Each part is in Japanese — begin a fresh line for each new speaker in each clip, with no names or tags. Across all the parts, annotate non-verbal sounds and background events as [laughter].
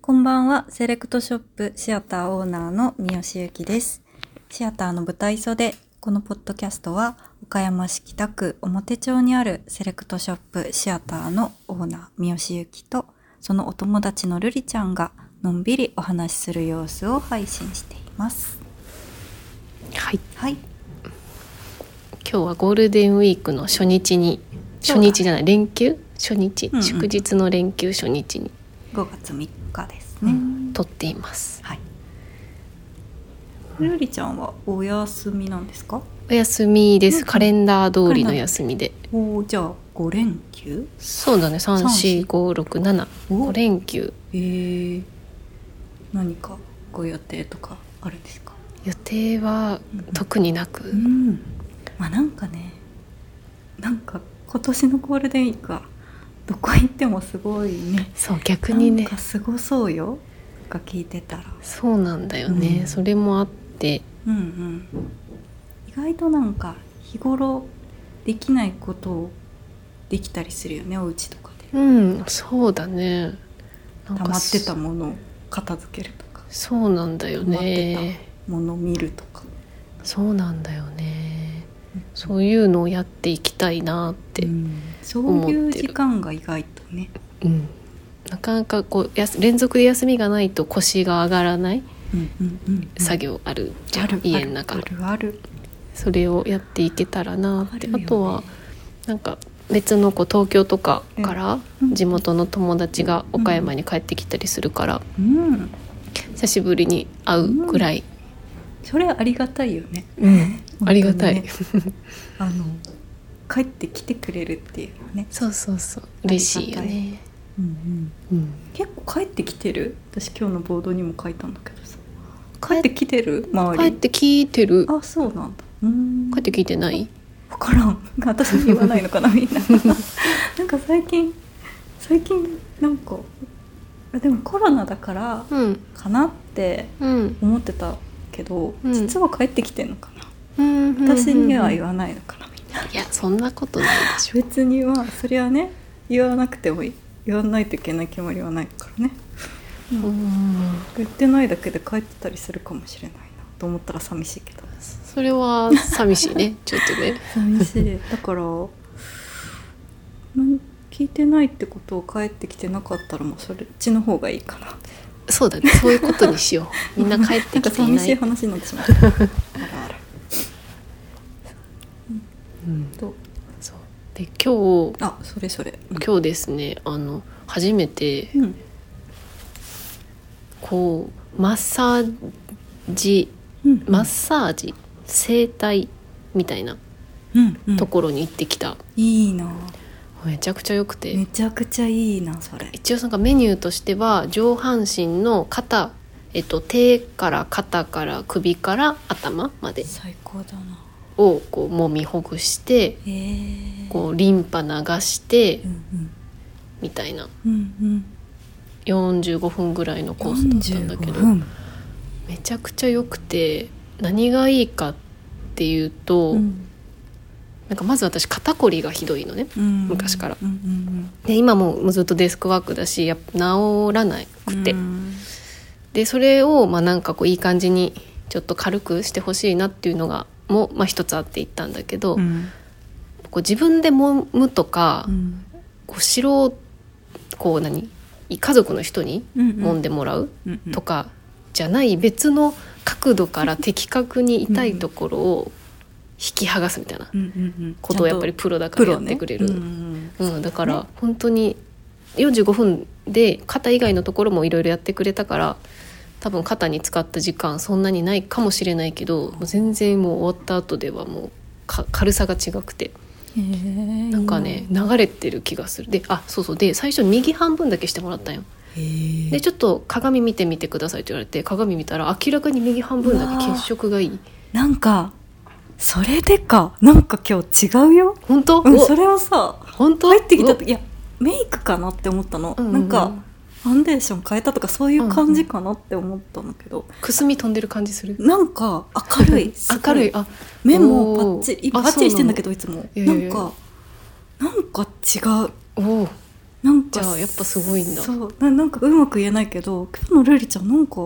こんばんは、セレクトショップシアターオーナーの三好由紀です。シアターの舞台袖、このポッドキャストは岡山市北区表町にあるセレクトショップシアターのオーナー三好由紀とそのお友達のルリちゃんがのんびりお話しする様子を配信しています。
はい、
はい、
今日はゴールデンウィークの初日に
そうだ
初日じゃない連休初日、
うんうん
祝日の連休初日に
5月3日ですね。
撮っています
はい。ルリちゃんはお休みなんですか？
お休みです、
うん
カレンダー通りの休みで
おーじゃあ5連休？
そうだね
三四お
34567連休
えー、何かご予定とかあるんですか？
予定は
うんうん
特になく、
ん。まあなんかね、なんか今年のゴールデンウィークはどこ行ってもすごいね。
そう逆にね
なんかすごそうよ。が聞いてたら。
そうなんだよね、
うん
それもあって
うんうん。意外となんか日頃できないことをできたりするよね、お家とかで。
うんそうだねな
溜まってた
んか
ものを片付けるとか、
そうなんだよ
溜まって
ね
もの見るとか。
そうなんだよねそういうのをやっていきたいなって、
う
うん
んそういう
思って
時
る
間が意外とね、
なかなかこうやす連続で休みがないと腰が上がらない
うんうんうんうん
作業あるじゃ
あ
ん、
る
家の中
あるある
それをやっていけたらな
あ
って
るよ
あ,、
ね
とはなんか別の子東京とかから
うん
地元の友達が岡山に帰ってきたりするから、
うん
久しぶりに会うぐらい、
それありがたいよね
[laughs] ありがたい、
本当にねあの帰ってきてくれるっていうのね、
そうそうそう嬉しいよね、
うんうん、
うん、
結構帰ってきてる私今日のボードにも書いたんだけどさ帰ってきてる周り
帰って聞いてる
あそうなんだうん
帰って聞いてない
分からん私に言わないのかなみんな [laughs] なんか最近最近なんかあでもコロナだから
うん
かなって
うん
思ってたけど、
うん
実は帰ってきてんのかな、
私
私には言わないのかなみんない [laughs]
やそんなことないでしょ
別にまあそれはね言わなくてもいい言わないといけない決まりはないからね
うん
言ってないだけで帰ってたりするかもしれないなと思ったら寂しいけど
それは寂しいねちょっとね
寂しい [laughs] だからなん聞いてないってことを帰ってきてなかったらもうそれっちの方がいいかな
そうだねそういうことにしようみんな帰
[laughs]
ってきてい
んか寂
な
しい
い
話になってしまったあらあら
うん
と
そうで今日
あそれそれ
今日ですねあの初めて
うん
こうマッサージ
うん
マッサージ整体みたいな
うんうん
ところに行ってきた、
いいな
めちゃくちゃ良くて、
めちゃくちゃいいなそれ
一応なんかメニューとしては上半身の肩、えっと、手から肩から首から頭まで
最高だな
をこう揉みほぐして
へえ
こうリンパ流して
うんうん
みたいな
うんうん
45分ぐらいのコースだったんだけ
45
ど
分
めちゃくちゃ良くて何がいいかっていうと、
うん
なんかまず私肩こりがひどいのね。
うん
昔から
うんうん
で今もうずっとデスクワークだしやっぱ治らな
う
く
ん
て、
うん
でそれをまあなんかこういい感じにちょっと軽くしてほしいなっていうのがもまあ一つあって言ったんだけど、
うん
こう自分で揉むとか、
うん
こうしろこう何家族の人に
うん
揉んでもらう
うんうん
とかじゃない別の角度
[laughs]
から的確に痛いところを引き剥がすみたいな
うんうんうん
ことをやっぱり
ち
プロだ
ゃんと
からやってくれる、
プロねうん
うん、だから本当に45分で肩以外のところもいろいろやってくれたから多分肩に使った時間そんなにないかもしれないけどもう全然もう終わった後ではもうか軽さが違くて
うんへえ
なんかね流れてる気がするであそうそうで最初右半分だけしてもらったんよ
いいなへえ
でちょっと鏡見てみてくださいって言われて鏡見たら明らかに右半分だけ血色がいい
なんかそれでかなんか今日違うよ
本当、
うん
お
それはさ
本当
入ってきた時いやメイクかなって思ったの
うう
なんかファンデーション変えたとかそういう感じかなって思ったんだけど
くすみ飛んでる感じする
なんか明るいすご
[laughs] 明るいあ
目もパッチ
お
リ
ーあ
パッチリしてんだけどいつも
いやいやい
なん
や
かなんか違う
おお
なんか
じゃあやっぱすごいんだ
そうななんかうまく言えないけど今日のルールちゃんなんか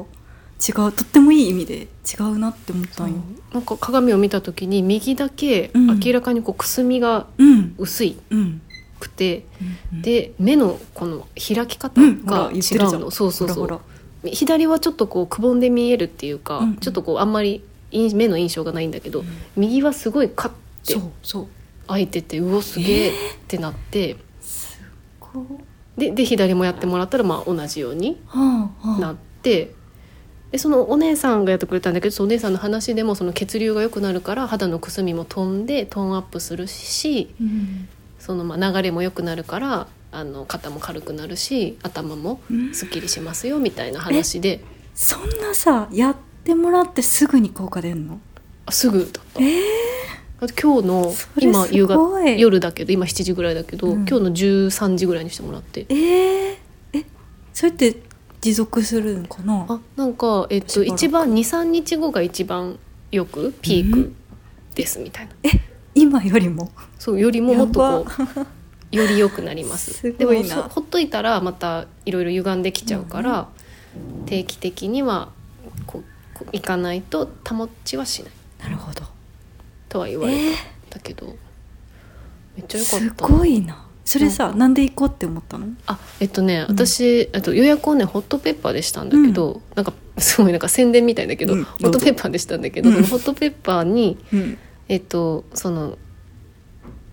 違うとってもいい意味で違うなって思ったんよ。
なんか鏡を見た時に右だけ
うん
明らかにこうくすみが
うん
薄い
うん
くて、
うん、
で目のこの開き方
うんほら
が違
言ってるじゃ
うんの、そうそうそ
ほら
う
ほ
左はちょっとこうくぼんで見えるっていうか、
うん
ちょっとこうあんまり印目の印象がないんだけど、
うん
右はすごいカッ
ら
て
そうそう
開いててうおすげえってなって、
すごい
でで左もやってもらったらまあ同じように
はあはあ
なってでそのお姉さんがやってくれたんだけどそのお姉さんの話でもその血流が良くなるから肌のくすみも飛んでトーンアップするし
うん
そのまあ流れも良くなるからあの肩も軽くなるし頭も
うん
すっきりしますよみたいな話で
そんなさやってもらってすぐに効果出んの
あすぐだった。
えー
だって今日の
それ
今夕
す
方
ごい
夜だけど今7時ぐらいだけど、
うん
今日の13時ぐらいにしてもらって
えー、えそれって持続するんかな
あなんか、えっ
しば
と、
らく
一番23日後が一番よくピークですみたいな、
今よりも
そうよりももっとこ
や
うより良くなります
すごいな
でもそほっといたらまたいろいろ歪んできちゃうから、定期的にはこうこう行かないと保ちはしない
[laughs] なるほど
とは言われ
え
たけど、めっち
ー、
ゃ良か
す
ったな
ごいなそれさなんで行こうって思ったの
あえっとね
うん
私、あと予約をねホットペッパーでしたんだけど、なんかすごいなんか宣伝みたいだけど、
うん
ホットペッパーでしたんだけど、
どう
そ
ぞ
のホットペッパーに、
うん
えっと、その、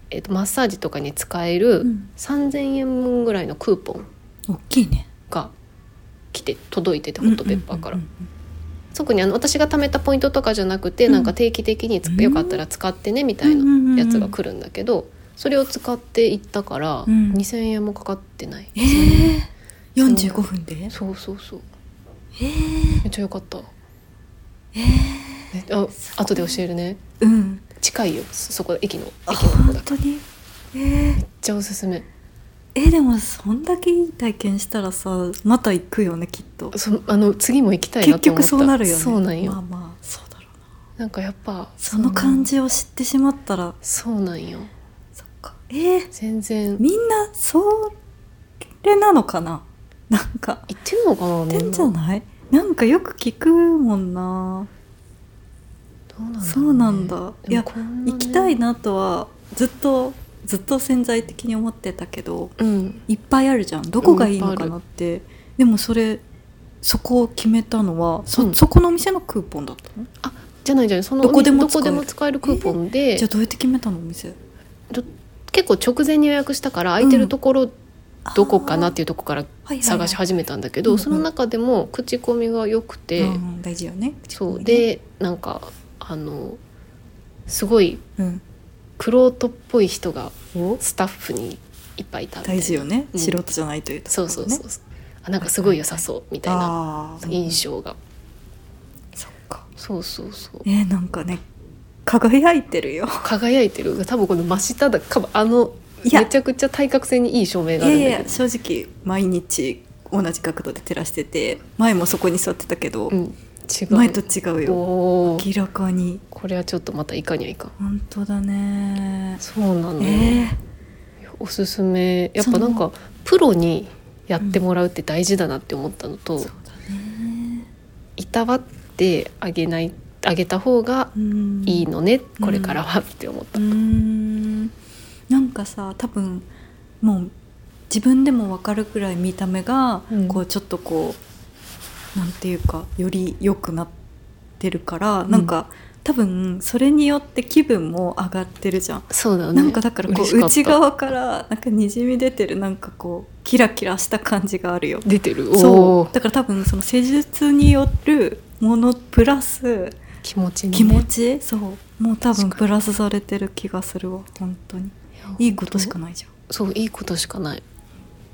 えっと、マッサージとかに使える
うん
3,000円分ぐらいのクーポン
大きいね
が来て届いててホットペッパーから。
うんうんうん
特にあの私が貯めたポイントとかじゃなくて、
うん
なんか定期的につ
うん
よかったら使ってねみたい
うんうんうんうん
なやつが来るんだけどそれを使っていったから、
うん
2,000円もかかってない。
えー、
そう
45分で
そうそうそう
えー、
めっちゃ良かった。
え
ねあ後で教えるね
ー、うん
近いよそそこ駅の
あ
駅の方
本
だからめっ
当にえー、
ちゃおすすめ
えーでもそんだけいい体験したらさまた行くよねきっと
そあの次も行きたいな
結
と思っ
局
た
そうなるよね
そうなんよ、
まあまあそうだろうな
なんかやっぱ
その感じを知ってしまったら
そうなんよ
そっかえー、
全然行
みんなそれなのかななんか
ってんのかなみん
て
なん
じゃないなんかよく聞くもんな
どうなんだろうね、
そうなんだいや
でもこんなね
行きたいなとはずっとずっと潜在的に思ってたけど
うん
いっぱいあるじゃんどこがいいの
いっぱ
か
いあ
な
る
ってでもそれそこを決めたのはそ,、
うん
そこのお店のクーポンだったの
あじゃないじゃないその
どこでも使
ど
える
こでも使えるクーポンで、
じゃあどうやって決めたのお店
ど結構直前に予約したから空いてるところどこかなっていうところか
あーはいはいはい
ら探し始めたんだけど、
うんうん
その中でも口コミが良くて、
うん大事よね
そう、でなんかあのすごい
うん、
クロートっぽい人がスタッフにいっぱいいたみたいな
大事よね、
うん
素人じゃないというとこ
そ
ろ、
う
ね、
そうそうそうあなんかすごい良さそうみたいな
あー
印象が、
そっか
そうそうそう
えー、なんかね輝いてるよ
輝いてる多分この真下だかあの
いや
めちゃくちゃ対角線に [laughs] いい照明
い
があ
や
るん
い
だけど
や [laughs] 正直毎日同じ角度で照らしてて前もそこに座ってたけど、
うん、
前
違
と違う
う
よ
おー
明らかに
これはちょっとまたいかにはいかん
本当だね
そうなの、
えー
おすすめやっぱなん
そ
かプロにやってもらうって大事だなって思ったのと、
そうだね
いたわってあげないあげた方が
うん
いいのね、これからはって思っ
う
た、
ーんなんかさ多分もう自分でも分かるくらい見た目が、
うん
こうちょっとこうなんていうかより良くなってるから、なんか多分それによって気分も上がってるじゃん。
そうだよね
なんかだからこ
嬉し
う
かった
内側からなんかにじみ出てるなんかこうキラキラした感じがあるよ。
出てるお
そう
ー
だから多分その施術によるものプラス
気持ち、ね、
気持ち、そうもう多分プラスされてる気がするわ本当にいいことしか
ない
ないじゃん
そういいことしかない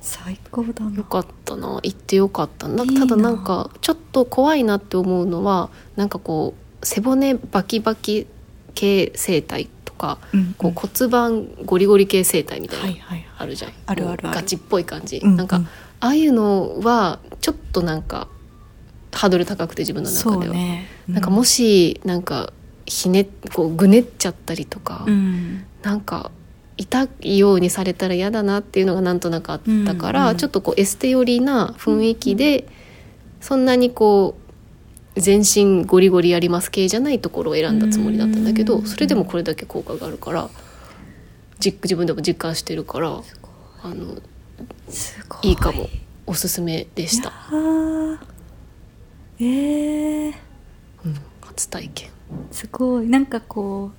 最高だ
よ
な
かったな行ってよかったない
いな
ただなんかちょっと怖いなって思うのはなんかこう背骨バキバキ系整体とか
うん
こう骨盤ゴリゴリ系整体みたいな、
はいはいはい
あるじゃん
あるあるある
こうガチっぽい感じ、
う
なんかああいうのはちょっとなんかハードル高くて自分の中
そう
では、
ね
なんかも
し、
しなんかひねこうぐねっちゃったりとか、
うん
なんか痛いようにされたら嫌だなっていうのがなんとなくあったから、
うんうん
ちょっとこうエステ寄りな雰囲気で、そんなにこう全身ゴリゴリやります系じゃないところを選んだつもりだったんだけど、
うん
それでもこれだけ効果があるからじ自分でも実感してるからあの
すごい
いいかもおすすめでした、
あーえー、
うん、初体験
すごいなんかこう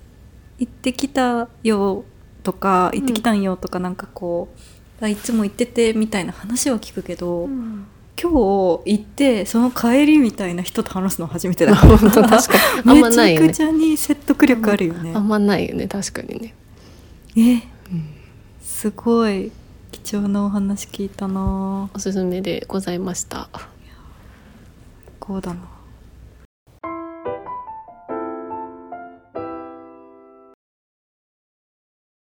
行ってきたよとか
うん
行ってきたんよとか、なんかこうあいつも行っててみたいな話は聞くけど、今日行ってその帰りみたいな人と話すの初めてだ [laughs] から
本当確かにあんまない
[laughs]
よ
めちゃ
ね
くちゃに説得力あるよね、
あんまないよね確かにね、
え
うん
すごい貴重なお話聞いたな
おすすめでございました
こうだな